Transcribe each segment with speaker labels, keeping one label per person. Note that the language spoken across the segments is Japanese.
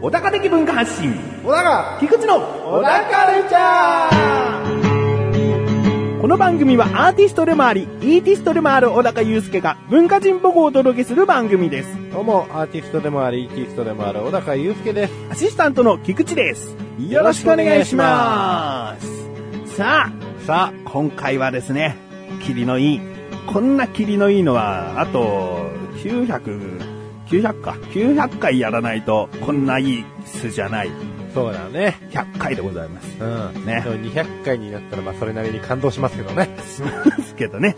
Speaker 1: 小高的文化発信
Speaker 2: 小高
Speaker 1: 菊池の
Speaker 2: 小高ルチャー
Speaker 1: この番組はアーティストでもあり、イーティストでもある小高祐介が文化人母語をお届けする番組です。
Speaker 2: どうも、アーティストでもあり、イーティストでもある小高祐介です。
Speaker 1: アシスタントの菊池です。よ
Speaker 2: よ
Speaker 1: ろ
Speaker 2: ろ
Speaker 1: し
Speaker 2: し
Speaker 1: く
Speaker 2: く
Speaker 1: お
Speaker 2: お
Speaker 1: 願
Speaker 2: 願
Speaker 1: い
Speaker 2: い
Speaker 1: し
Speaker 2: し
Speaker 1: ま。
Speaker 2: ます
Speaker 1: さ
Speaker 2: さ
Speaker 1: あ、今回はですね、霧のいい。こんな霧のいいのは、あと、900、900か。900回やらないと、こんないい数じゃない。
Speaker 2: あ、そうだね。
Speaker 1: 100回でございます。
Speaker 2: うん。
Speaker 1: ね
Speaker 2: ね。でも200回になったら、まあ、それなりに感動しますけどね。
Speaker 1: ですけどね。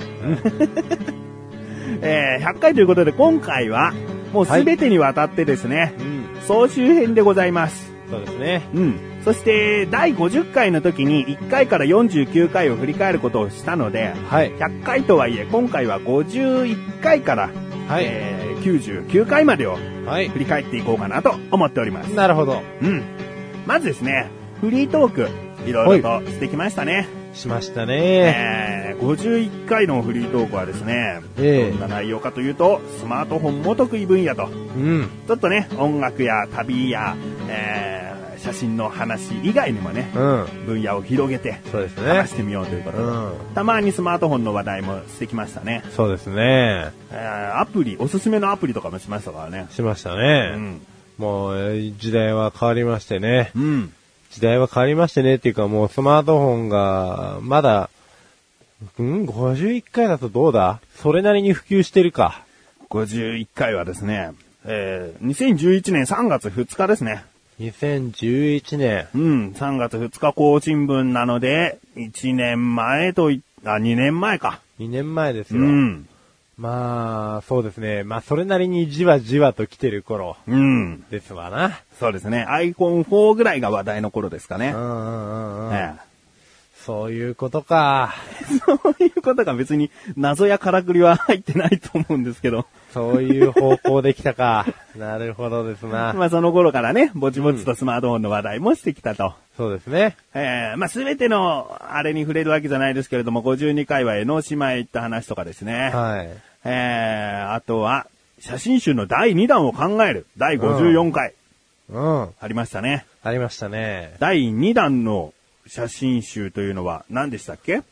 Speaker 1: えー100回ということで、今回は、もうすべてにわたってですね、
Speaker 2: うん。
Speaker 1: 総集編でございます。
Speaker 2: そうですね。
Speaker 1: うん。そして、第50回の時に1回から49回を振り返ることをしたので、
Speaker 2: はい。
Speaker 1: 100回とはいえ、今回は51回から、
Speaker 2: はい
Speaker 1: えー99回までを
Speaker 2: はい。
Speaker 1: 振り返っていこうかなと思っております。
Speaker 2: なるほど。
Speaker 1: うん。まずですね、フリートーク、いろいろとしてきましたね。
Speaker 2: しましたね。
Speaker 1: えー51回のフリートークはですね、
Speaker 2: ええ
Speaker 1: どんな内容かというと、スマートフォンも得意分野と、
Speaker 2: うん。
Speaker 1: ちょっとね、音楽や旅や、えー写真の話以外にもね、
Speaker 2: うん。
Speaker 1: 分野を広げて
Speaker 2: そうですね
Speaker 1: 話し。てみようということで、
Speaker 2: うん。
Speaker 1: たまにスマートフォンの話題もしてきましたね。
Speaker 2: そうですね。
Speaker 1: えーアプリ、おすすめのアプリとかもしましたからね。
Speaker 2: しました
Speaker 1: う
Speaker 2: ね。
Speaker 1: ん。
Speaker 2: もう、えー時代は変わりましてね。
Speaker 1: うん。
Speaker 2: 時代は変わりましてねっていうかもうスマートフォンが、まだ、うん、51回だとどうだそれなりに普及してるか。
Speaker 1: 51回はですね、えー2011年3月2日ですね。
Speaker 2: 2011年。
Speaker 1: うん、3月2日更新分なので、1年前とい、あ、2年前か。
Speaker 2: 2年前です
Speaker 1: う
Speaker 2: よ。
Speaker 1: ん。
Speaker 2: まあ、そうですね。まあ、それなりにじわじわと来てる頃
Speaker 1: うん。
Speaker 2: ですわな。
Speaker 1: そうですね。iPhone4 ぐらいが話題の頃ですかね
Speaker 2: う。んうんうんうん。
Speaker 1: ええ
Speaker 2: そういうことか。
Speaker 1: そういうことが別に謎やからくりは入ってないと思うんですけど、
Speaker 2: そういう方向でき たか。なるほどですな。
Speaker 1: まあその頃からね、ぼちぼちとスマートフォンの話題もしてきたと。
Speaker 2: そうですね。
Speaker 1: ええまあすべてのあれに触れるわけじゃないですけれども、52回は江ノ島へ行った話とかですね。
Speaker 2: はい。
Speaker 1: ええあとは、写真集の第2弾を考える。第54回。
Speaker 2: うん。
Speaker 1: ありましたね。
Speaker 2: ありましたね。
Speaker 1: 第2弾の写真集というのは何でしたっけ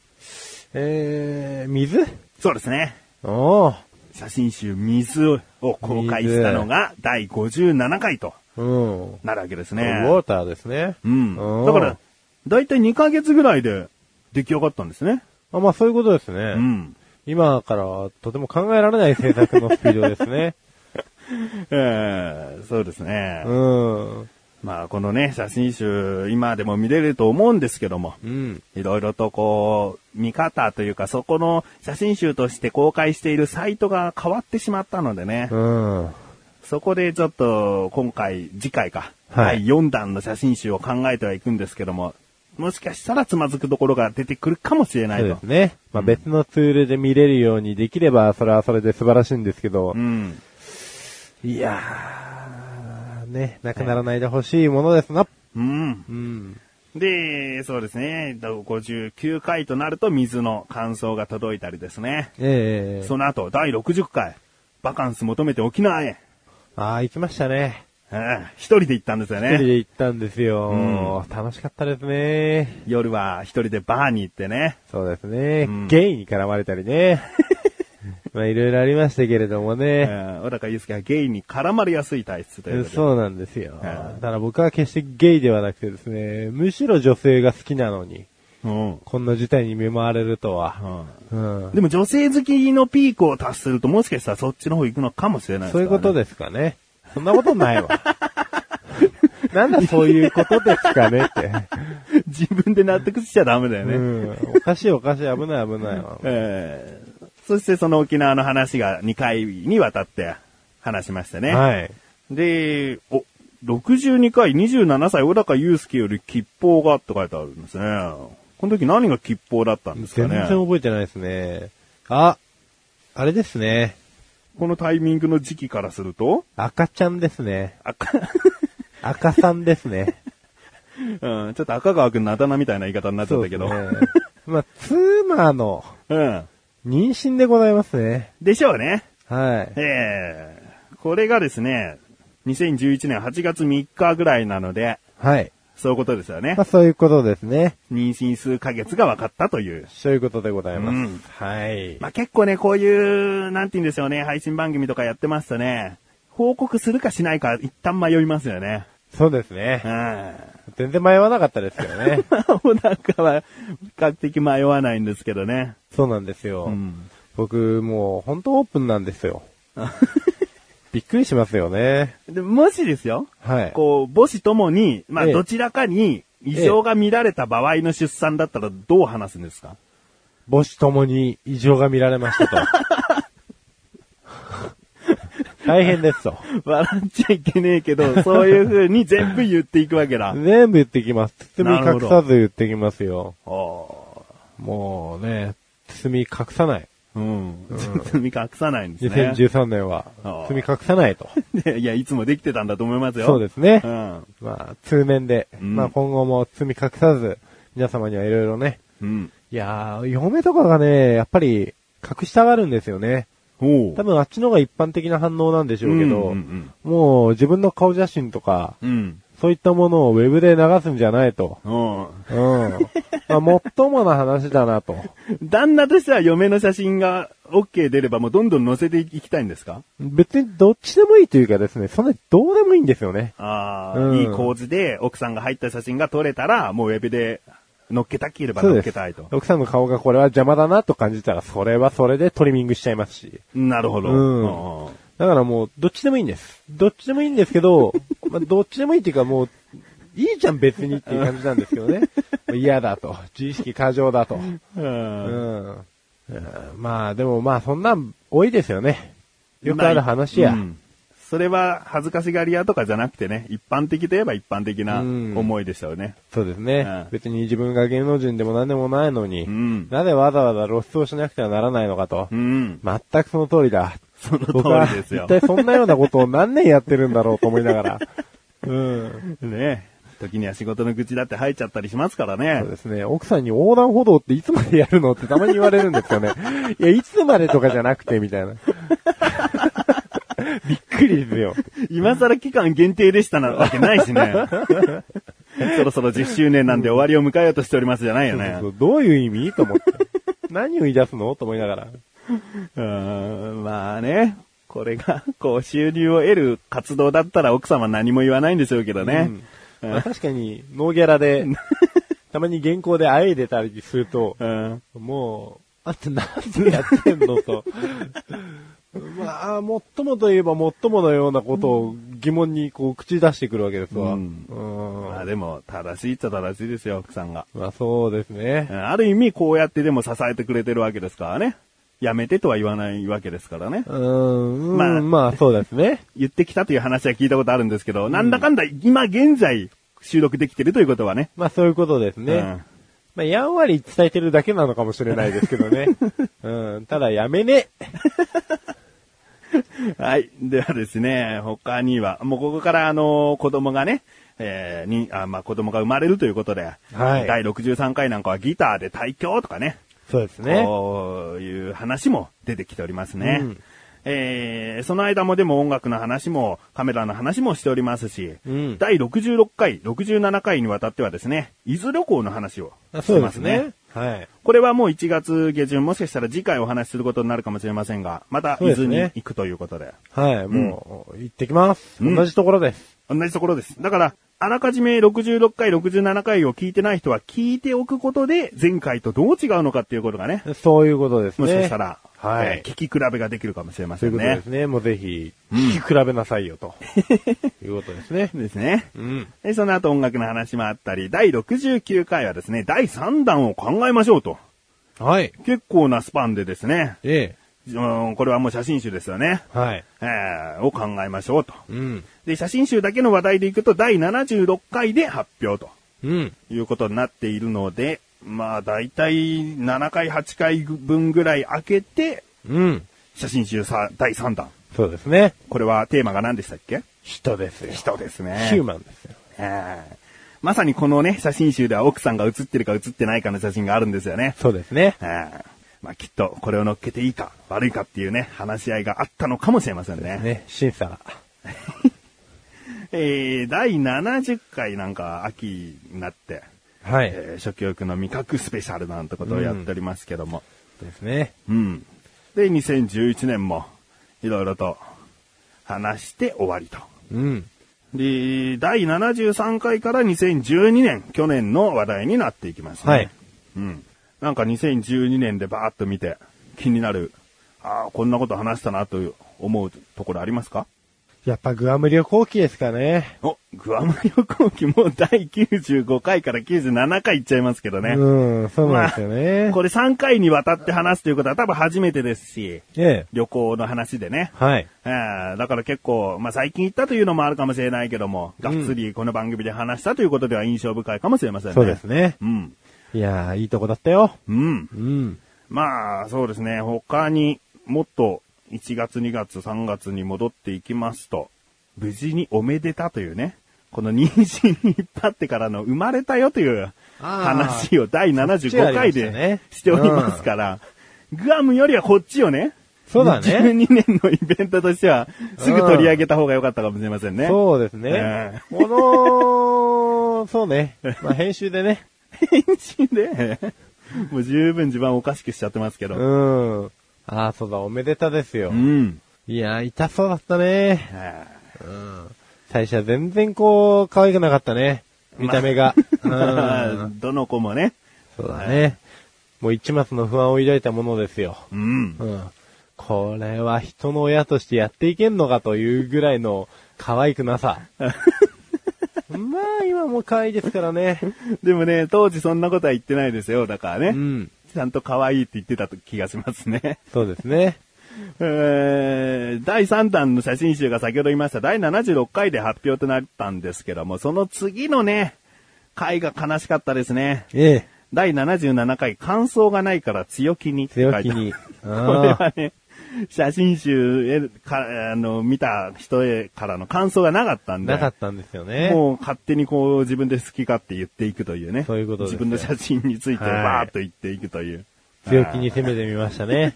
Speaker 2: えー、水
Speaker 1: そうですね。
Speaker 2: おー。
Speaker 1: 写真集水を公開したのが第57回と
Speaker 2: うん。
Speaker 1: なるわけです
Speaker 2: ウ
Speaker 1: ね。
Speaker 2: ォーターですね。
Speaker 1: うん。だから、、だいたい2ヶ月ぐらいで出来上がったんですね。
Speaker 2: あまあそういうことですね。
Speaker 1: うん。
Speaker 2: 今からはとても考えられない制作のスピードで すね。
Speaker 1: えー、そうですね。
Speaker 2: うん。
Speaker 1: まあ、このね、写真集、今でも見れると思うんですけども、
Speaker 2: うん。
Speaker 1: いろいろとこう、見方というか、そこの写真集として公開しているサイトが変わってしまったのでね、
Speaker 2: うん。
Speaker 1: そこでちょっと、今回、次回か、
Speaker 2: はい
Speaker 1: 第4弾の写真集を考えてはいくんですけども、もしかしたらつまずくところが出てくるかもしれない
Speaker 2: そう
Speaker 1: と。
Speaker 2: ですね。まあ
Speaker 1: うん
Speaker 2: 別のツールで見れるようにできれば、それはそれで素晴らしいんですけど
Speaker 1: う、ん。
Speaker 2: いやー、ね、なくならないでほしいものですな。
Speaker 1: うん。
Speaker 2: うん。
Speaker 1: で、そうですね。59回となると水の感想が届いたりですね。
Speaker 2: ええ
Speaker 1: その後、第60回、バカンス求めて沖縄へ。
Speaker 2: ああ、行きましたね。
Speaker 1: ええ一人で行ったんですよ
Speaker 2: 一人
Speaker 1: ね。
Speaker 2: で行ったんですよ。楽しかったですね。
Speaker 1: 夜は一人でバーに行ってね。
Speaker 2: そうですね。
Speaker 1: うん
Speaker 2: ゲイに絡まれた りね。まあいろいろありましたけれども
Speaker 1: え
Speaker 2: ね。
Speaker 1: え小高祐介はゲイに絡まれやすい体質ということで。
Speaker 2: そうなんですよ。
Speaker 1: ええ
Speaker 2: だから僕は決してゲイではなくてですね、むしろ女性が好きなのに、
Speaker 1: うん。
Speaker 2: こんな事態に見舞われるとは。うん。
Speaker 1: でも女性好きのピークを達するともしかしたらそっちの方行くのかもしれない
Speaker 2: そういうこと
Speaker 1: で
Speaker 2: ですかね。そんなことない わ。なんだそういうことですかねって。
Speaker 1: す。 自分で納得しちゃダメだよ
Speaker 2: う
Speaker 1: ね。
Speaker 2: ん。おかしいおかしい危ない危ないわ。
Speaker 1: えーそしてその沖縄の話が2回にわたって話しましたね。
Speaker 2: はい。
Speaker 1: で、お、62回27歳小高祐介より吉報がって書いてあるんですね。この時何が吉報だったんですか
Speaker 2: 全然
Speaker 1: ね。
Speaker 2: 覚えてないですね。あ、あれですね。
Speaker 1: このタイミングの時期からすると、
Speaker 2: 赤ちゃんですね。
Speaker 1: 赤、
Speaker 2: 赤さんですね。
Speaker 1: うん、ちょっと赤川くんのあだ名みたいな言い方になっちゃったけど。
Speaker 2: そうですねまあ、妻の
Speaker 1: うん。
Speaker 2: 妊娠でございますね。
Speaker 1: でしょうね。
Speaker 2: はい。
Speaker 1: ええこれがですね、2011年8月3日ぐらいなので、
Speaker 2: はい。
Speaker 1: そういうことですよね
Speaker 2: まあ、。そういうことですね。
Speaker 1: 妊娠数ヶ月が分かったという。
Speaker 2: そういうことでございます。
Speaker 1: うん
Speaker 2: はい。
Speaker 1: まあ、結構ね、こういう、なんて言うんでしょうね、配信番組とかやってますとね、報告するかしないか一旦迷いますよね。
Speaker 2: そうです
Speaker 1: う
Speaker 2: ね。
Speaker 1: ん。。
Speaker 2: 全然迷わなかったですけどね
Speaker 1: もうなんかは、比較的迷わないんですけどね。
Speaker 2: そうなんですよ。
Speaker 1: ん。
Speaker 2: 僕、もう、本当オープンなんで すよ。びっくりしますよね。
Speaker 1: でもしですよ、
Speaker 2: はい。
Speaker 1: こう、母子ともに、まあ、
Speaker 2: ええ
Speaker 1: どちらかに異常が見られた場合の出産だったらどう話すんですか、
Speaker 2: 母子ともに異常が見られま したと。大変ですと。
Speaker 1: 笑っちゃいけねえけ ど、そういう風に全部言っていくわけだ。
Speaker 2: 全部言ってきます。包
Speaker 1: な
Speaker 2: み
Speaker 1: る
Speaker 2: 隠
Speaker 1: ほど
Speaker 2: さず言ってきますよ。
Speaker 1: あ
Speaker 2: もうね、包み隠さない。
Speaker 1: あ。うん。積み隠さないんですね。
Speaker 2: 2013年は
Speaker 1: ああ
Speaker 2: 包み隠さないと。
Speaker 1: いや、いつもできてたんだと思いますよ。
Speaker 2: そうですね
Speaker 1: う。ん。
Speaker 2: まあ、通年で、
Speaker 1: うん
Speaker 2: まあ今後も包み隠さず、皆様にはいろいろね。
Speaker 1: うん。
Speaker 2: いやー、嫁とかがね、やっぱり隠したがるんですよね。
Speaker 1: おう
Speaker 2: 多分あっちの方が一般的な反応なんでしょうけど、
Speaker 1: うん
Speaker 2: もう自分の顔写真とか、
Speaker 1: うんうん。
Speaker 2: そういったものをウェブで流すんじゃないと。
Speaker 1: うん。うん。
Speaker 2: うん。 まあ、もっともな話だなと。
Speaker 1: 旦那としては嫁の写真が OK 出ればもうどんどん載せていきたいんですか
Speaker 2: 別にどっちでもいいというかですね、そんなにどうでもいいんですよね。
Speaker 1: ああ、
Speaker 2: うん
Speaker 1: いい構図で奥さんが入った写真が撮れたら、もうウェブで載っけたければ
Speaker 2: そう
Speaker 1: 載っ
Speaker 2: で
Speaker 1: け
Speaker 2: す
Speaker 1: たいと。。
Speaker 2: 奥さんの顔がこれは邪魔だなと感じたら、それはそれでトリミングしちゃいますし。
Speaker 1: なるほど。
Speaker 2: うん
Speaker 1: うんうん
Speaker 2: だからもう、どっちでもいいんです。どっちでもいいんですけ ど、まあ、どっちでもいいっていうかもう、いいじゃん別にっていう感じなんですけど ね。嫌だと。自意識過剰だと。
Speaker 1: うん
Speaker 2: うん。まあ、でもまあ、そんなん多いですよね。よくある話や。
Speaker 1: うんそれは恥ずかしがり屋とかじゃなくてね、一般的といえば一般的な
Speaker 2: うん
Speaker 1: 思いでしたよね。
Speaker 2: そうですね、
Speaker 1: うん
Speaker 2: 別に自分が芸能人でも何でもないのに、
Speaker 1: うん。
Speaker 2: なぜわざわざ露出をしなくてはならないのかと。
Speaker 1: うん。
Speaker 2: 全くその通りだ。
Speaker 1: その
Speaker 2: 僕は
Speaker 1: 通りです
Speaker 2: 一
Speaker 1: よ。
Speaker 2: 体そんなようなことを何年やってるんだろうと思いながら。 うん。
Speaker 1: ね時には仕事の愚痴だって入っちゃったりしますから
Speaker 2: そう
Speaker 1: ね。
Speaker 2: ですね。奥さんに横断歩道っていつまでやるのってたまに言われるんです よね。いや、いつまでとかじゃなくて、みたい な。びっくりですよ。
Speaker 1: 今更期間限定でしたなわけないし ね。そろそろ10周年なんで終わりを迎えようとしておりますじゃないよね。
Speaker 2: そうどういう意味と思って。何を言い出すのと思いながら。
Speaker 1: うーん、まあね。これが、こう、収入を得る活動だったら奥様何も言わないんでしょうけどね。
Speaker 2: うんまあ、確かに、ノーギャラで、たまに原稿であえいでたりすると、
Speaker 1: うん。
Speaker 2: もう、あって何でやってんの と。まあ、もっともといえばもっとものようなことを疑問にこう口出してくるわけですわ。
Speaker 1: う
Speaker 2: うんん。
Speaker 1: まあでも、正しいっちゃ正しいですよ、奥さんが。
Speaker 2: まあそうですね
Speaker 1: う。んある意味、こうやってでも支えてくれてるわけですからね。やめてとは言わないわけですからね。
Speaker 2: うん、
Speaker 1: ま
Speaker 2: ま
Speaker 1: あ
Speaker 2: あ、まあそうです ね。
Speaker 1: 言ってきたという話は聞いたことあるんですけど、なんだかんだ今現在収録できてるということはね。
Speaker 2: まあそういうことですね。
Speaker 1: うん
Speaker 2: まあやんわり伝えてるだけなのかもしれないですけど ね。うん、ただやめね
Speaker 1: はい。ではですね、他には、もうここからあの、子供がね、えーに、あまあ、子供が生まれるということで、
Speaker 2: はい
Speaker 1: 第63回なんかはギターで対響とかね、
Speaker 2: そうですね。
Speaker 1: こういう話も出てきておりますね。
Speaker 2: うん
Speaker 1: えーその間もでも音楽の話もカメラの話もしておりますし、
Speaker 2: うん
Speaker 1: 第66回、67回にわたってはですね、伊豆旅行の話を
Speaker 2: あ
Speaker 1: してますね。。
Speaker 2: はい。
Speaker 1: これはもう1月下旬、もしかしたら次回お話しすることになるかもしれませんが、また伊
Speaker 2: そ
Speaker 1: 豆
Speaker 2: うです
Speaker 1: に
Speaker 2: ね
Speaker 1: 行くということで。
Speaker 2: はい、もう、行ってきます。同じところです。
Speaker 1: 同じところです。だから、あらかじめ66回、67回を聞いてない人は聞いておくことで、前回とどう違うのかっていうことがね、
Speaker 2: そういうことですね。
Speaker 1: もしかしたら、
Speaker 2: はい
Speaker 1: えー聞き比べができるかもしれま
Speaker 2: と
Speaker 1: せ
Speaker 2: いうんことで
Speaker 1: ね
Speaker 2: す。ね。もうぜひ、聞き比べなさいよ と。いうことですね。
Speaker 1: ですね。
Speaker 2: うん。
Speaker 1: でその後音楽の話もあったり、第69回はですね、第3弾を考えましょうと。
Speaker 2: はい。
Speaker 1: 結構なスパンでですね、
Speaker 2: ええ。
Speaker 1: うん、これはもう写真集ですよね。
Speaker 2: はい。
Speaker 1: えーを考えましょうと。
Speaker 2: うん。
Speaker 1: で、写真集だけの話題でいくと、第76回で発表と
Speaker 2: うん。
Speaker 1: いうことになっているので、まあ、だいたい7回、8回分ぐらい開けて、
Speaker 2: うん。
Speaker 1: 写真集さ第3弾。
Speaker 2: そうですね。
Speaker 1: これはテーマが何でしたっけ
Speaker 2: 人ですよ。
Speaker 1: 人ですね。
Speaker 2: ヒューマンですよ。
Speaker 1: えーまさにこのね、写真集では奥さんが写ってるか写ってないかの写真があるんですよね。
Speaker 2: そうですね。
Speaker 1: ああまあきっとこれを乗っけていいか悪いかっていうね、話し合いがあったのかもしれませんね。
Speaker 2: ね、審査が。
Speaker 1: えー、第70回なんか秋になって、
Speaker 2: はい。
Speaker 1: えー、食欲の味覚スペシャルなんてことをやっておりますけども。
Speaker 2: ですね。
Speaker 1: うん。で、2011年もいろいろと話して終わりと。
Speaker 2: うん。
Speaker 1: で、第73回から2012年、去年の話題になっていきますね。
Speaker 2: はい。
Speaker 1: うん。なんか2012年でバーッと見て、気になる、ああ、こんなこと話したなという思うところありますか
Speaker 2: やっぱグアム旅行記ですかね。
Speaker 1: お、グアム旅行記もう第95回から97回いっちゃいますけどね。
Speaker 2: うん、そうなんですよね。
Speaker 1: これ3回にわたって話すということは多分初めてですし、
Speaker 2: ええ。
Speaker 1: 旅行の話でね。
Speaker 2: はい。
Speaker 1: えーだから結構、まあ、最近行ったというのもあるかもしれないけども、がっつりこの番組で話したということでは印象深いかもしれませんね。
Speaker 2: そうですね。
Speaker 1: うん。
Speaker 2: いやー、いいとこだったよ。
Speaker 1: うん。
Speaker 2: うん。
Speaker 1: まあ、そうですね。他にもっと1月、2月、3月に戻っていきますと、無事におめでたというね、この妊娠に引っ張ってからの生まれたよという
Speaker 2: あー
Speaker 1: 話を第75回
Speaker 2: そっちがありましたね
Speaker 1: でしておりますから、グアムよりはこっちをね、
Speaker 2: そうだね
Speaker 1: 12年のイベントとしては、すぐ取り上げた方が良かったかもしれませんね。
Speaker 2: そうです
Speaker 1: え
Speaker 2: ね。この、そうね。まあ、編集でね。
Speaker 1: 変身で、もう十分自分はおかしくしちゃってますけど。
Speaker 2: うん。ああ、そうだ、おめでたですよ
Speaker 1: う。ん。
Speaker 2: いやー、痛そうだったね。
Speaker 1: はあ
Speaker 2: うん。最初は全然こう、可愛くなかったね。見た目 が。うん。
Speaker 1: どの子もね。
Speaker 2: そうだね。もう一末の不安を抱いたものですよ。
Speaker 1: うん。
Speaker 2: うん。これは人の親としてやっていけんのかというぐらいの可愛くな さ。まあ今もう可愛いですからね。
Speaker 1: でもね、当時そんなことは言ってないですよ。だからね。
Speaker 2: うん。
Speaker 1: ちゃんと可愛いって言ってた気がしますね。
Speaker 2: そうですね。
Speaker 1: えー第3弾の写真集が先ほど言いました第76回で発表となったんですけども、その次のね、回が悲しかったですね。
Speaker 2: ええ。
Speaker 1: 第77回、感想がないから強気にって書いてあ
Speaker 2: 強
Speaker 1: る。
Speaker 2: 気に。
Speaker 1: これ
Speaker 2: ああ。
Speaker 1: はね、写真集えか、あの、見た人へからの感想がなかったんで。
Speaker 2: なかったんですよね。
Speaker 1: もう勝手にこう自分で好き勝手言っていくというね。
Speaker 2: そういうことです
Speaker 1: 自
Speaker 2: よ
Speaker 1: 分の写真について
Speaker 2: はい
Speaker 1: バーッと言っていくという。
Speaker 2: 強気に攻めてみまし たね。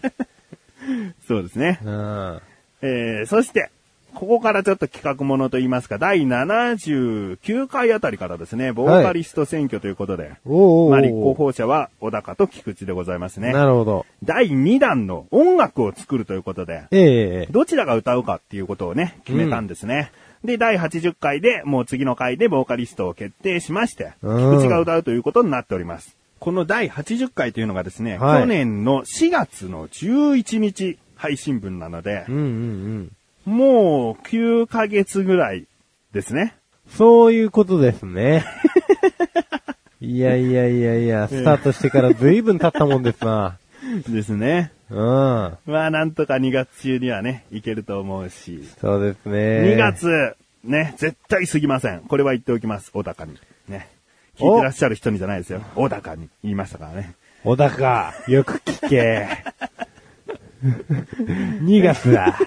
Speaker 1: そうですね。
Speaker 2: うん。
Speaker 1: えー、そして、ここからちょっと企画ものと言いますか、第79回あたりからですね、ボーカリスト選挙ということで、
Speaker 2: お
Speaker 1: まあ
Speaker 2: ー
Speaker 1: 立候補者は小高と菊池でございますね。
Speaker 2: なるほど。
Speaker 1: 第2弾の音楽を作るということで、
Speaker 2: ええ。
Speaker 1: どちらが歌うかっていうことをね、決めたんですね。で、第80回で、もう次の回でボーカリストを決定しまして、
Speaker 2: うん
Speaker 1: 菊池が歌うということになっております。この第80回というのがですね、
Speaker 2: はい
Speaker 1: 去年の4月の11日配信分なので
Speaker 2: うん、うんうん。
Speaker 1: もう9ヶ月ぐらいですね。
Speaker 2: そういうことですね。いやいやいやいや、スタートしてから随分経ったもんですな。
Speaker 1: ですね。
Speaker 2: うん。
Speaker 1: まあなんとか2月中にはね、いけると思うし、
Speaker 2: そうですね。
Speaker 1: 2。月、ね、絶対過ぎません。これは言っておきます。小高に。ね。聞いてらっしゃる人にじゃないですよ。小高に言いましたからね。
Speaker 2: 小高、よく聞け。2月だ。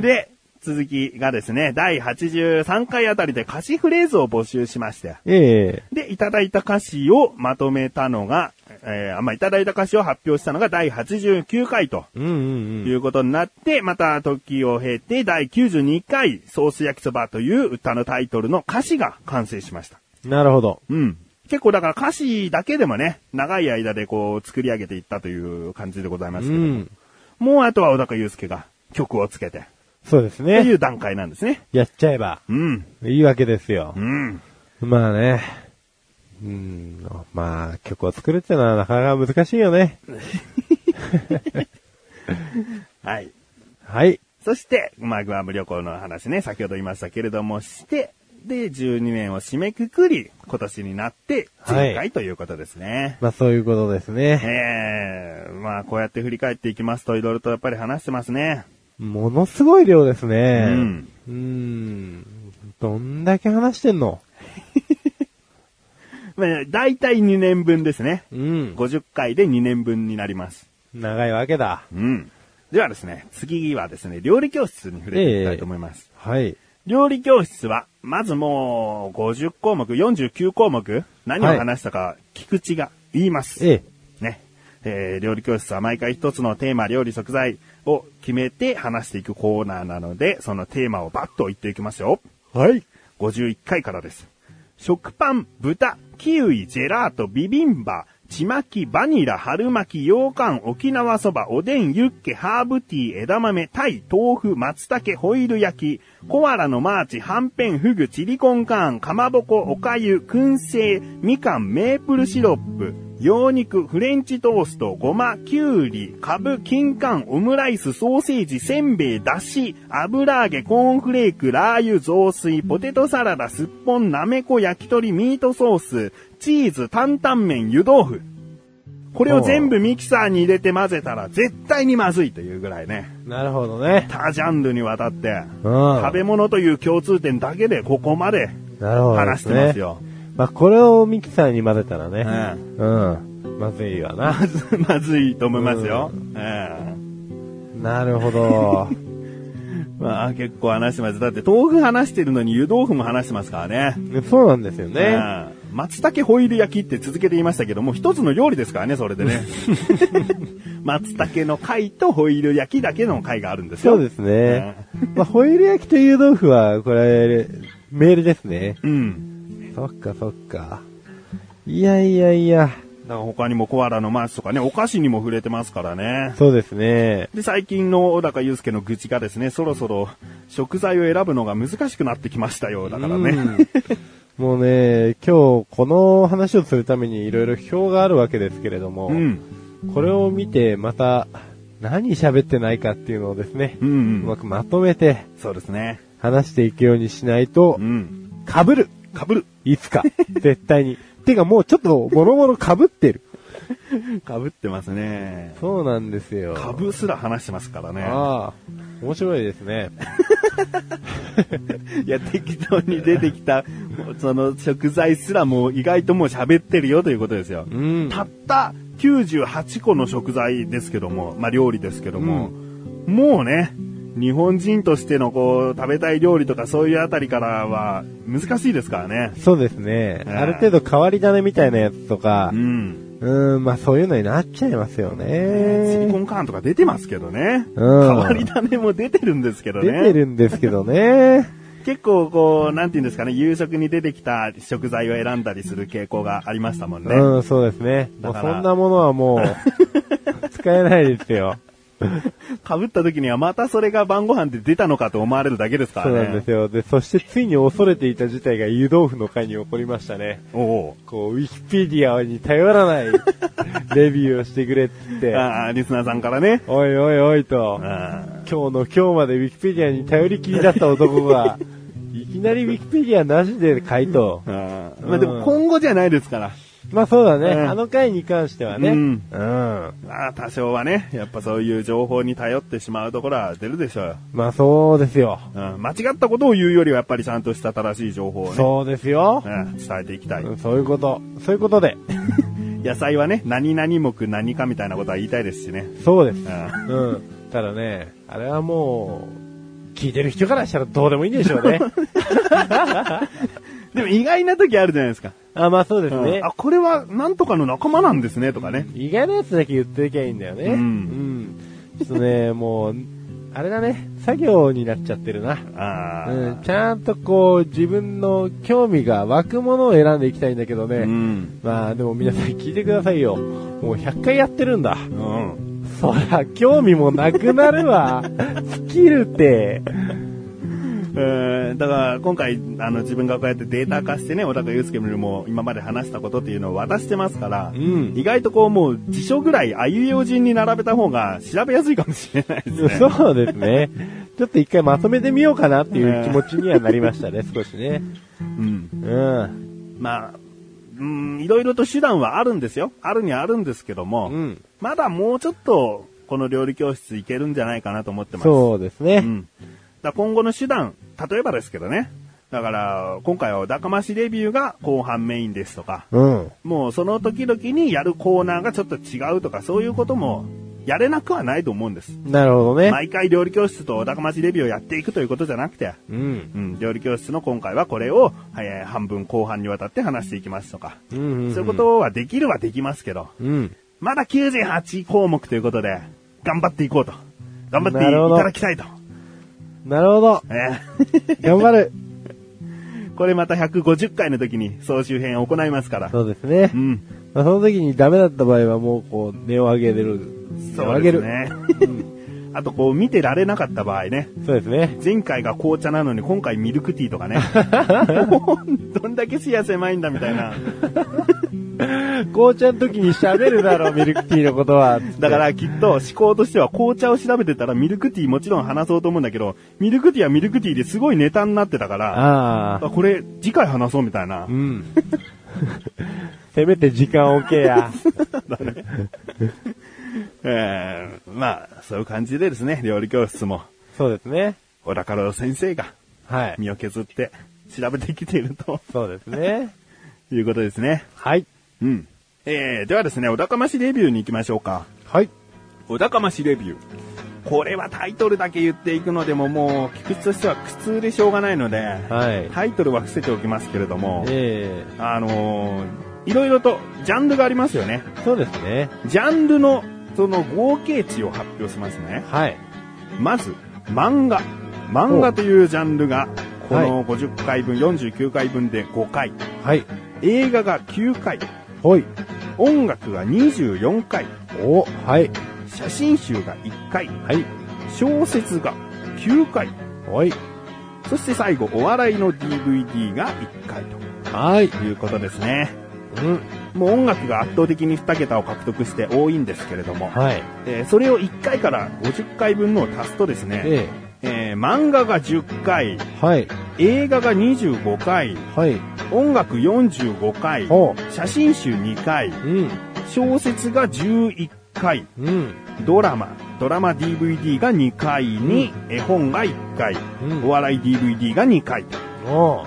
Speaker 1: で、続きがですね、第83回あたりで歌詞フレーズを募集しまして、
Speaker 2: ええ
Speaker 1: で、いただいた歌詞をまとめたのが、えー、まあ、いただいた歌詞を発表したのが第89回と
Speaker 2: うんう
Speaker 1: い
Speaker 2: んうん。
Speaker 1: うことになって、また時を経て第92回ソース焼きそばという歌のタイトルの歌詞が完成しました。
Speaker 2: なるほど。
Speaker 1: うん。結構だから歌詞だけでもね、長い間でこう作り上げていったという感じでございま
Speaker 2: う
Speaker 1: すけども、
Speaker 2: ん。
Speaker 1: もうあとは小高祐介が曲をつけて、
Speaker 2: そうです
Speaker 1: とい
Speaker 2: ね。
Speaker 1: う段階なんですね。
Speaker 2: やっちゃえば、
Speaker 1: うん。
Speaker 2: いいわけですよ
Speaker 1: う。ん。
Speaker 2: まあね。うん。まあ、曲を作るってのはなかなか難しいよね。
Speaker 1: はい。
Speaker 2: はい。
Speaker 1: そして、まあ、グアム旅行の話ね、先ほど言いましたけれども、して、で、12年を締めくくり、今年になって、前
Speaker 2: は
Speaker 1: 回ということですね。
Speaker 2: まあそういうことですね。
Speaker 1: ええまあ、こうやって振り返っていきますと、いろいろとやっぱり話してますね。
Speaker 2: ものすごい量ですね。
Speaker 1: うん。
Speaker 2: うーん。どんだけ話してんの
Speaker 1: まあ、大体2年分ですね。
Speaker 2: うん。
Speaker 1: 50回で2年分になります。
Speaker 2: 長いわけだ。
Speaker 1: うん。ではですね、次はですね、料理教室に触れていきたいと思います。
Speaker 2: はい。
Speaker 1: 料理教室は、まずもう、50項目、49項目、何を話したか、菊池が言います。
Speaker 2: ええ。
Speaker 1: ね。えー料理教室は毎回一つのテーマ、料理食材を決めて話していくコーナーなので、そのテーマをバッと言っていきますよ。
Speaker 2: はい。
Speaker 1: 51回からです。食パン、豚、キウイ、ジェラート、ビビンバ、ちまき、バニラ、春巻き、羊羹、沖縄そば、おでん、ユッケ、ハーブティー、枝豆、タイ、豆腐、松茸、ホイル焼き、コアラのマーチ、はんぺん、フグ、チリコンカーン、かまぼこ、おかゆ、燻製、みかん、メープルシロップ、羊肉、フレンチトースト、ごま、きゅうり、かぶ、金柑、オムライス、ソーセージ、せんべい、だし、油揚げ、コーンフレーク、ラー油、雑炊、ポテトサラダ、すっぽん、なめこ、焼き鳥、ミートソース、チーズ、担々麺、湯豆腐。これを全部ミキサーに入れて混ぜたら絶対にまずいというぐらいね。
Speaker 2: なるほどね。
Speaker 1: 他ジャンルにわたって、
Speaker 2: うん
Speaker 1: 食べ物という共通点だけでここまで
Speaker 2: なるほど、
Speaker 1: 話してます。よ。
Speaker 2: まあ、これをミキサーに混ぜたらね。
Speaker 1: うん
Speaker 2: うん。まずいわ な。
Speaker 1: まずまずいと思いますよ。
Speaker 2: う
Speaker 1: うん
Speaker 2: なるほど。
Speaker 1: まあ結構話してます。だって豆腐話してるのに湯豆腐も話してますからね。
Speaker 2: そうなんですよね。
Speaker 1: ね松茸ホイル焼きって続けて言いましたけども、一つの料理ですからね、それで ね。松茸の貝とホイル焼きだけの貝があるんですよ。
Speaker 2: そうですね。まあ、ホイル焼きという豆腐は、これ、メールですね。
Speaker 1: うん。
Speaker 2: そっかそっか。いやいやい
Speaker 1: だ
Speaker 2: や。
Speaker 1: から他にもコアラのマーチとかね、お菓子にも触れてますからね。
Speaker 2: そうですね。
Speaker 1: で、最近の小高祐介の愚痴がですね、そろそろ食材を選ぶのが難しくなってきましたよ。だからね。
Speaker 2: うん。もうね、今日この話をするためにいろいろ表があるわけですけれども、
Speaker 1: うん。
Speaker 2: これを見てまた何喋ってないかっていうのをですね、
Speaker 1: うん
Speaker 2: う
Speaker 1: うん。
Speaker 2: まくまとめて
Speaker 1: そうですね。
Speaker 2: 話していくようにしないと
Speaker 1: う、ん。
Speaker 2: 被る
Speaker 1: かぶる。
Speaker 2: いつ か絶対に。てかもうちょっとボロボロ被ってる。
Speaker 1: かぶってますね。
Speaker 2: そうなんですよ。
Speaker 1: 株すら話してますからね。
Speaker 2: ああ、面白いです ね。
Speaker 1: いや、適当に出てきた、その食材すらもう意外ともう喋ってるよということですよ。
Speaker 2: うん。
Speaker 1: たった98個の食材ですけども、まあ料理ですけども、もうね、日本人としてのこう、食べたい料理とかそういうあたりからは難しいですからね。
Speaker 2: そうですね。
Speaker 1: うん
Speaker 2: ある程度変わり種みたいなやつとか
Speaker 1: う、ん。
Speaker 2: うん、まあそういうのになっちゃいますよ
Speaker 1: シリコ
Speaker 2: ね。
Speaker 1: ンカーンとか出てますけどね。
Speaker 2: うん
Speaker 1: 変わり種も出てるんですけど
Speaker 2: 出
Speaker 1: ね。
Speaker 2: てるんですけ どね。
Speaker 1: 結構こう、なんていうんですかね、夕食に出てきた食材を選んだりする傾向がありましたもんね。
Speaker 2: うん、そうですね。
Speaker 1: だ
Speaker 2: もう
Speaker 1: から
Speaker 2: そんなものはも う、使えないですよ。
Speaker 1: かぶった時にはまたそれが晩ご飯で出たのかと思われるだけですから
Speaker 2: そう
Speaker 1: ね。
Speaker 2: なんですよ。で、そしてついに恐れていた事態が湯豆腐の会に起こりましたね。
Speaker 1: お
Speaker 2: こう、ウィキペディアに頼らない レビューをしてくれって言っ
Speaker 1: お。
Speaker 2: て、
Speaker 1: ああ、リスナーさんからね。
Speaker 2: おいおいおいと、
Speaker 1: あ
Speaker 2: 今日の今日までウィキペディアに頼りきりだった男 が、いきなりウィキペディアなしで回答
Speaker 1: あ。まあでも今後じゃないですから。
Speaker 2: まあそうだね。
Speaker 1: うん
Speaker 2: あの回に関してはね。
Speaker 1: うん
Speaker 2: うん
Speaker 1: まあ多少はね、やっぱそういう情報に頼ってしまうところは出るでしょうよ。
Speaker 2: まあそうですよ。
Speaker 1: うん。間違ったことを言うよりはやっぱりちゃんとした正しい情報をね。
Speaker 2: そうですよ
Speaker 1: う。ん伝えていきたい。
Speaker 2: うんそういうこと。そういうことで。
Speaker 1: 野菜はね、何々木何かみたいなことは言いたいですしね。
Speaker 2: そうです
Speaker 1: う。ん。
Speaker 2: うん。ただね、あれはもう、聞いてる人からしたらどうでもいいんでしょ うね。
Speaker 1: でも意外な時あるじゃないですか。
Speaker 2: あ、まあそうです
Speaker 1: う
Speaker 2: ね
Speaker 1: んあ、。これはなんとかの仲間なんですね、とかね。
Speaker 2: 意外なやつだけ言っておきゃいいんだよね。
Speaker 1: うん
Speaker 2: うんちょっとね、もう、あれだね、作業になっちゃってるな。
Speaker 1: ああ。
Speaker 2: うん、ちゃんとこう、自分の興味が湧くものを選んでいきたいんだけどね。
Speaker 1: うん。
Speaker 2: まあでも皆さん聞いてくださいよ。もう100回やってるんだ。
Speaker 1: うん。
Speaker 2: そら、興味もなくな るわ。スキルって。
Speaker 1: えーだから、今回、あの、自分がこうやってデータ化してね、小高祐介にも今まで話したことっていうのを渡してますから、
Speaker 2: ん
Speaker 1: 意外とこう、もう、辞書ぐらい、あゆえお順に並べた方が調べやすいかもしれないですね。
Speaker 2: そうです ね。ちょっと一回まとめてみようかなっていう気持ちにはなりましたね、少しね。
Speaker 1: うん。
Speaker 2: うん。
Speaker 1: まあ、うん、いろいろと手段はあるんですよ。あるにはあるんですけども、
Speaker 2: うん。
Speaker 1: まだもうちょっと、この料理教室いけるんじゃないかなと思ってます。
Speaker 2: そうです
Speaker 1: う
Speaker 2: ね。
Speaker 1: ん。だから今後の手段、例えばですけどね。だから、今回はお高ましレビューが後半メインですとか、
Speaker 2: うん。
Speaker 1: もうその時々にやるコーナーがちょっと違うとか、そういうこともやれなくはないと思うんです。
Speaker 2: なるほどね。
Speaker 1: 毎回料理教室とお高町レビューをやっていくということじゃなくて、
Speaker 2: うん。
Speaker 1: うん、料理教室の今回はこれを、えー半分後半にわたって話していきますとか、
Speaker 2: うんうんうん
Speaker 1: そういうことはできるはできますけど、
Speaker 2: うん。
Speaker 1: まだ98項目ということで、頑張っていこうと。頑張ってい
Speaker 2: なるほど
Speaker 1: ただきたいと。
Speaker 2: なるほど。
Speaker 1: え
Speaker 2: 頑張る。
Speaker 1: ーこれまた150回の時に総集編を行いますから。
Speaker 2: そうですね
Speaker 1: う。ん。
Speaker 2: まあその時にダメだった場合はもうこう、値を上げれる。値
Speaker 1: そ
Speaker 2: を
Speaker 1: う
Speaker 2: 上
Speaker 1: で
Speaker 2: げ
Speaker 1: す
Speaker 2: る。
Speaker 1: ね。
Speaker 2: うん
Speaker 1: あとこう見てられなかった場合ね。
Speaker 2: そうですね。
Speaker 1: 前回が紅茶なのに今回ミルクティーとか ね。どんだけ視野狭いんだみたいな。
Speaker 2: 紅茶の時に喋るだろう、ミルクティーのことは。
Speaker 1: だか、らきっと思考としては紅茶を調べてたらミルクティーもちろん話そうと思うんだけど、ミルクティーはミルクティーですごいネタになってたから、
Speaker 2: ああ。
Speaker 1: あこれ次回話そうみたいな
Speaker 2: う。 ん。せめて時間置け や。
Speaker 1: えー、まあ、そういう感じでですね、料理教室も、
Speaker 2: そうですね。
Speaker 1: 小田から先生が
Speaker 2: はい。
Speaker 1: 身を削って調べてきていると
Speaker 2: そうですね。
Speaker 1: いうことですね。
Speaker 2: はい。
Speaker 1: うん。えー、ではですね、小高ましレビューに行きましょうか。
Speaker 2: はい。
Speaker 1: 小高ましレビュー。これはタイトルだけ言っていくのでももう、菊池としては苦痛でしょうがないので、
Speaker 2: はい。
Speaker 1: タイトルは伏せておきますけれども、
Speaker 2: え
Speaker 1: あのー、いろいろとジャンルがありますよね。
Speaker 2: えそうですね。
Speaker 1: ジャンルのその合計値を発表しますね。
Speaker 2: はい。
Speaker 1: まず、漫画。漫画というジャンルが、この50回分、49回分で5回。
Speaker 2: はい。
Speaker 1: 映画が9回。
Speaker 2: ほい。
Speaker 1: 音楽が24回。
Speaker 2: お、はい。
Speaker 1: 写真集が1回。
Speaker 2: はい。
Speaker 1: 小説が9回。
Speaker 2: ほい。
Speaker 1: そして最後、お笑いの DVD が1回
Speaker 2: はい。
Speaker 1: ということですね。
Speaker 2: うん。
Speaker 1: もう音楽が圧倒的に2桁を獲得して多いんですけれども、
Speaker 2: はい。
Speaker 1: えーそれを1回から50回分のを足すとですね、
Speaker 2: え
Speaker 1: えー漫画が10回、
Speaker 2: えはい。
Speaker 1: 映画が25回、
Speaker 2: はい。
Speaker 1: 音楽45回、
Speaker 2: ほ
Speaker 1: 写真集2回、
Speaker 2: う。うん。
Speaker 1: 小説が11回、
Speaker 2: うん。
Speaker 1: ドラマ、ドラマ DVD が2回に、絵本が1回、
Speaker 2: う
Speaker 1: お笑い DVD が2回。
Speaker 2: お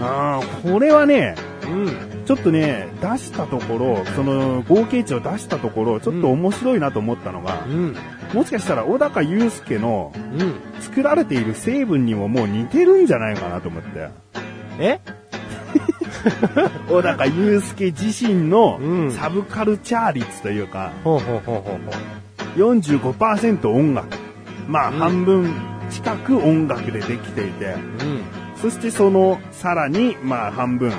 Speaker 1: ああ、これはね、
Speaker 2: うん。
Speaker 1: ちょっとね、出したところ、その合計値を出したところ、ちょっと面白いなと思ったのが
Speaker 2: う、ん。
Speaker 1: もしかしたら小高祐介の
Speaker 2: うん。
Speaker 1: 作られている成分にももう似てるんじゃないかなと思って。
Speaker 2: え
Speaker 1: 小高祐介自身の
Speaker 2: うん
Speaker 1: サブカルチャー率というか、
Speaker 2: ほうほうほうほうほ
Speaker 1: 45%音楽。まあ、
Speaker 2: うん
Speaker 1: 半分近く音楽でできていて、
Speaker 2: う。う
Speaker 1: そしてそのさらに、まあ、半分、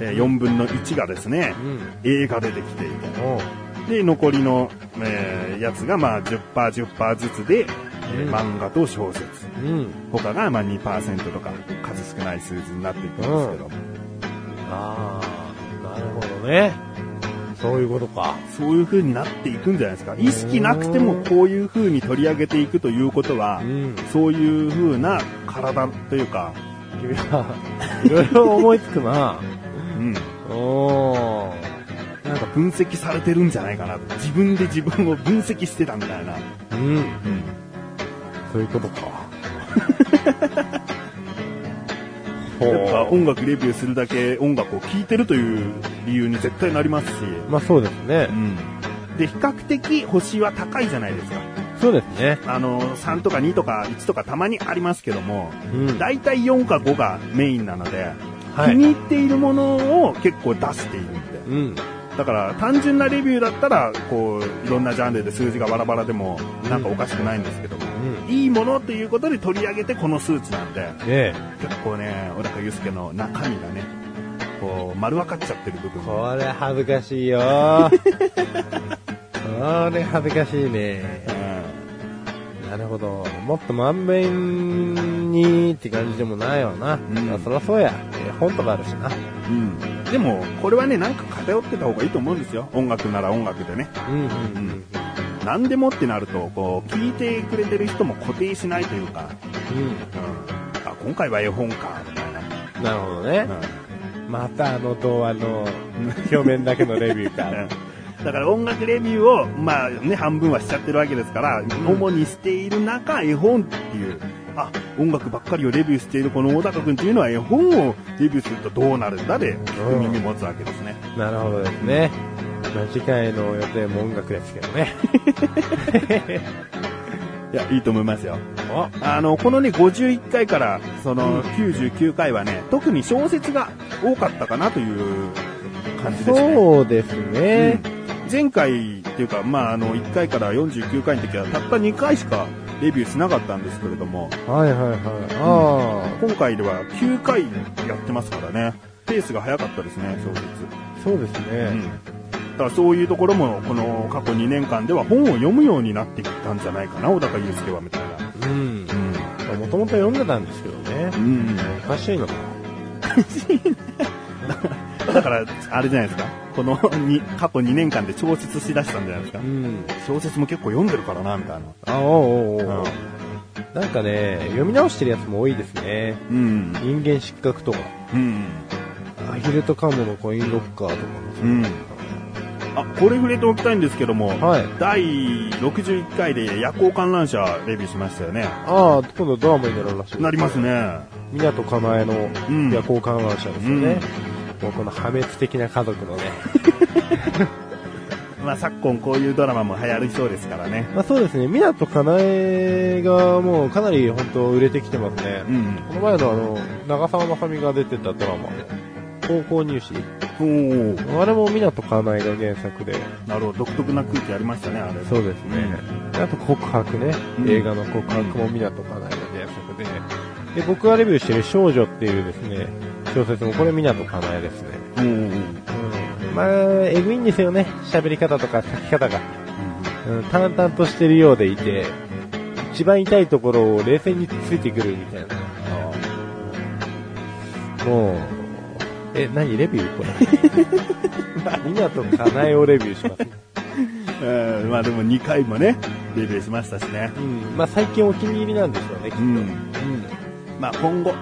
Speaker 1: えー4分の1がですね、
Speaker 2: ん。うん。
Speaker 1: 映画でできていて。
Speaker 2: おう。
Speaker 1: で、残りの、えーやつがまあ10%、10%ずつで、えー
Speaker 2: うん
Speaker 1: 漫画と小説。
Speaker 2: うん。
Speaker 1: 他がまあ2%とか、数少ない数字になっていくんですけど、
Speaker 2: ああ、なるほどね。そういうことか。
Speaker 1: そういう風になっていくんじゃないですか。意識なくてもこういう風に取り上げていくということは
Speaker 2: う、ん。
Speaker 1: そういう風な体というか、
Speaker 2: 君は、いろいろ思いつくな。
Speaker 1: うん、
Speaker 2: おー。
Speaker 1: なんか分析されてるんじゃないかな。自分で自分を分析してたみたいな。
Speaker 2: うん。
Speaker 1: うん、
Speaker 2: そういう ことか。
Speaker 1: やっぱ
Speaker 2: ほう。
Speaker 1: 音楽レビューするだけ音楽を聴いてるという理由に絶対なりますし、
Speaker 2: まあそうですね
Speaker 1: う。ん、で、比較的星は高いじゃないですか。
Speaker 2: そうですね。
Speaker 1: あの、3とか2とか1とかたまにありますけども、
Speaker 2: うん。
Speaker 1: 大体4か5がメインなので、
Speaker 2: は
Speaker 1: 気
Speaker 2: い。
Speaker 1: に入っているものを結構出しているんで。
Speaker 2: うん。
Speaker 1: だから単純なレビューだったら、こう、いろんなジャンルで数字がバラバラでもなんかおかしくないんですけども、
Speaker 2: うん。
Speaker 1: いいものということで取り上げてこの数値なんで、
Speaker 2: ええ。
Speaker 1: 結構ね、小高祐介の中身がね、こう、丸分かっちゃってる部分が。
Speaker 2: これ恥ずかしいよ ー。これ恥ずかしいね。なるほど。もっとまんべんにって感じでもないわな。
Speaker 1: ん
Speaker 2: あそりゃそうや。えー本とかあるしな。
Speaker 1: うん。でも、これはね、なんか偏ってた方がいいと思うんですよ。音楽なら音楽でね。
Speaker 2: うんうん
Speaker 1: うん何でもってなると、こう、聞いてくれてる人も固定しないというか、
Speaker 2: う
Speaker 1: うん。あ、今回は絵本か、みたいな。
Speaker 2: ん。なるほどね。
Speaker 1: う
Speaker 2: またあの童話の表面だけのレビュー
Speaker 1: んう
Speaker 2: か。
Speaker 1: ん。だから音楽レビューを、まあね、半分はしちゃってるわけですから、主にしている中、絵本っていう、あ、音楽ばっかりをレビューしているこの小高くんっていうのは絵本をレビューするとどうなるんだで、聞く耳持つわけですね。
Speaker 2: なるほどですね。まあ、次回の予定も音楽ですけどね。
Speaker 1: いや、いいと思いますよ。
Speaker 2: お
Speaker 1: あの、このね、51回から、その、99回はね、特に小説が多かったかなという感じですね。
Speaker 2: そうですね。
Speaker 1: うん前回っていうか、まあ、あの、1回から49回の時は、たった2回しかレビューしなかったんですけれども、
Speaker 2: はいはいはい。あ
Speaker 1: 今回では9回やってますからね、ペースが早かったですね、小説。
Speaker 2: あ、そうです
Speaker 1: う
Speaker 2: ね。
Speaker 1: ん。だからそういうところも、この過去2年間では本を読むようになってきたんじゃないかな、小高祐介は、みたいな。
Speaker 2: うん。
Speaker 1: うん。
Speaker 2: もともと読んでたんですけどね。
Speaker 1: うん。
Speaker 2: おかしいのかな。
Speaker 1: だから、あれじゃないですか。このに過去2年間で小説しだしたんじゃないですか
Speaker 2: う。ん。
Speaker 1: 小説も結構読んでるからな、みたいな。
Speaker 2: あ、おうおう
Speaker 1: う
Speaker 2: おう
Speaker 1: ん
Speaker 2: なんかね、読み直してるやつも多いですね。
Speaker 1: うん。
Speaker 2: 人間失格とか、
Speaker 1: うん。
Speaker 2: アヒルとカモのコインロッカーとか
Speaker 1: うん。あ、これ触れておきたいんですけども、
Speaker 2: も。はい。
Speaker 1: 第61回で夜行観覧車レビューしましたよね。
Speaker 2: ああ、今度ドラマになるらしい。
Speaker 1: なりますね。
Speaker 2: 港かなえの
Speaker 1: ん
Speaker 2: 夜行観覧車ですよね。もうこの破滅的な家族のね。
Speaker 1: まあ昨今こういうドラマも流行りそうですからね。
Speaker 2: まあそうですね、港かなえがもうかなり本当売れてきてますね。
Speaker 1: うん。
Speaker 2: この前のあの、長澤まさみが出てたドラマ、高校入試。
Speaker 1: おー
Speaker 2: あれも港かなえが原作で。
Speaker 1: なるほど。独特な空気ありましたね、あれ。
Speaker 2: そうですね。あと告白ね。
Speaker 1: うん
Speaker 2: 映画の告白も港かなえの原作で。で、僕がレビューしてる少女っていうですね、小説もこれ港かなえですね。
Speaker 1: うん。うんうん。
Speaker 2: うん。まあ、えぐいんですよね。喋り方とか書き方が。うん、淡々としてるようでいて、一番痛いところを冷静についてくるみたいな。
Speaker 1: あー
Speaker 2: もう、え、何レビューこ れ。港かなえをレビューします。
Speaker 1: えーまあでも2回もね、レビューしましたしね。
Speaker 2: うん。まあ最近お気に入りなんでしょうね、きっと。
Speaker 1: う
Speaker 2: うんん。
Speaker 1: まあ、今後、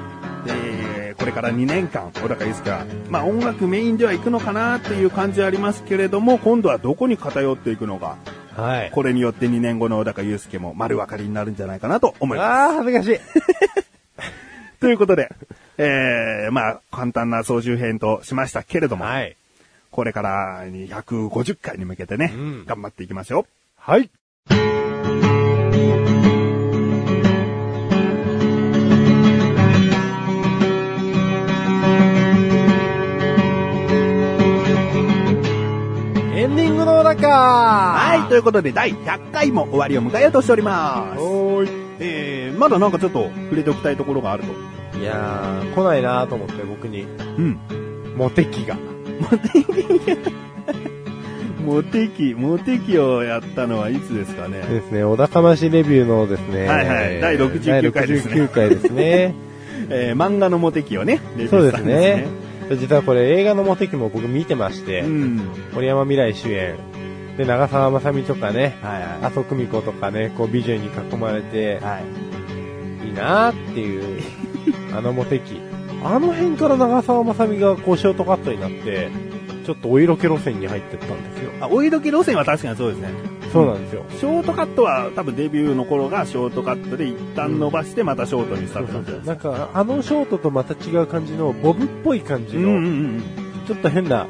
Speaker 1: えーこれから2年間、小高祐介は、まあ、音楽メインでは行くのかなっていう感じはありますけれども、今度はどこに偏っていくのか、
Speaker 2: はい。
Speaker 1: これによって2年後の小高祐介も丸分かりになるんじゃないかなと思いま
Speaker 2: あー、恥ずかしい。
Speaker 1: す。ということで、えー、まあ、簡単な総集編としましたけれども、
Speaker 2: はい。
Speaker 1: これから150回に向けてね、
Speaker 2: うん
Speaker 1: 頑張っていきましょう。
Speaker 2: はい。エンディングの中は
Speaker 1: はい、ということで、第100回も終わりを迎えようとしております。
Speaker 2: おー
Speaker 1: えー、まだなんかちょっと触れておきたいところがあると。
Speaker 2: い。いやー、来ないなーと思って、僕に。
Speaker 1: うん。
Speaker 2: モテ期が。
Speaker 1: モテ期、モテ期をやったのはいつですかね。
Speaker 2: ですね、お高ましレビューのですね。
Speaker 1: はいはい第69回ですね
Speaker 2: 第69回です ね。
Speaker 1: えー漫画のモテ期をね、レビュ
Speaker 2: そう
Speaker 1: ーし
Speaker 2: で
Speaker 1: た
Speaker 2: す
Speaker 1: んですね。
Speaker 2: ね。実はこれ映画のモテ期も僕見てまして。
Speaker 1: うん。
Speaker 2: 森山未来主演。で、長澤まさみとかね、
Speaker 1: はい
Speaker 2: 麻生久美子とかね、こう美女に囲まれて、
Speaker 1: はい。
Speaker 2: いいなーっ ていう、あのモテ期。あの辺から長澤まさみがこうショートカットになって、ちょっとお色気路線に入ってったんですよ。
Speaker 1: あ、お色気路線は確かにそうですね。
Speaker 2: そうなんですよ。
Speaker 1: ショートカットは多分デビューの頃がショートカットで一旦伸ばしてまたショートにしたって感じなんです
Speaker 2: な
Speaker 1: か
Speaker 2: んか、あのショートとまた違う感じの、ボブっぽい感じ
Speaker 1: うんうん
Speaker 2: の、ちょっと変な、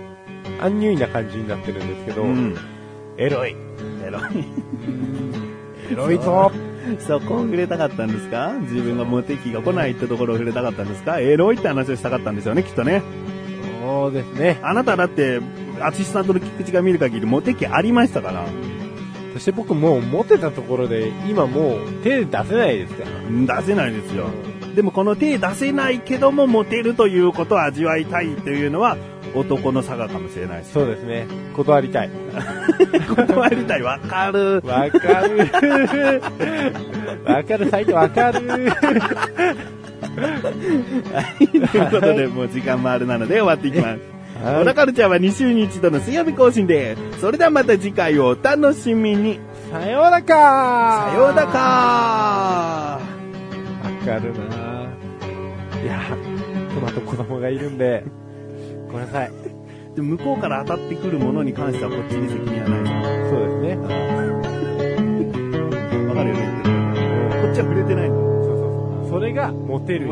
Speaker 2: アンニュイな感じになってるんですけど、
Speaker 1: うんうん。
Speaker 2: エロい。
Speaker 1: エロい。
Speaker 2: エロいぞ
Speaker 1: そこを触れたかったんですか自分がモテ期が来ないってところを触れたかったんですかエロいって話をしたかったんですよね、きっとね。
Speaker 2: そうですね。
Speaker 1: あなただって、アシスタントの菊池が見る限りモテ期ありましたから。
Speaker 2: そして僕もうモテたところで、今もう手出せないですから。
Speaker 1: 出せないですよ。でもこの手出せないけどもモテるということを味わいたいというのは男の差がかもしれないし。
Speaker 2: そうですね。断りたい。
Speaker 1: 断りたい、わかる。
Speaker 2: わかる。わかる、サイトわかる。
Speaker 1: ということで、もう時間もあれなので終わっていきます。小田カルチャーは2週に1度の水曜日更新で、それではまた次回をお楽しみに。
Speaker 2: さようならか
Speaker 1: さようならか
Speaker 2: わかるないや、トマト子供がいるんで、ごめんなさい。
Speaker 1: で向こうから当たってくるものに関してはこっちに責任はな
Speaker 2: そうですね。
Speaker 1: い。わかるよね。こっちは触れてないの。
Speaker 2: そうそうそう。それがモテる。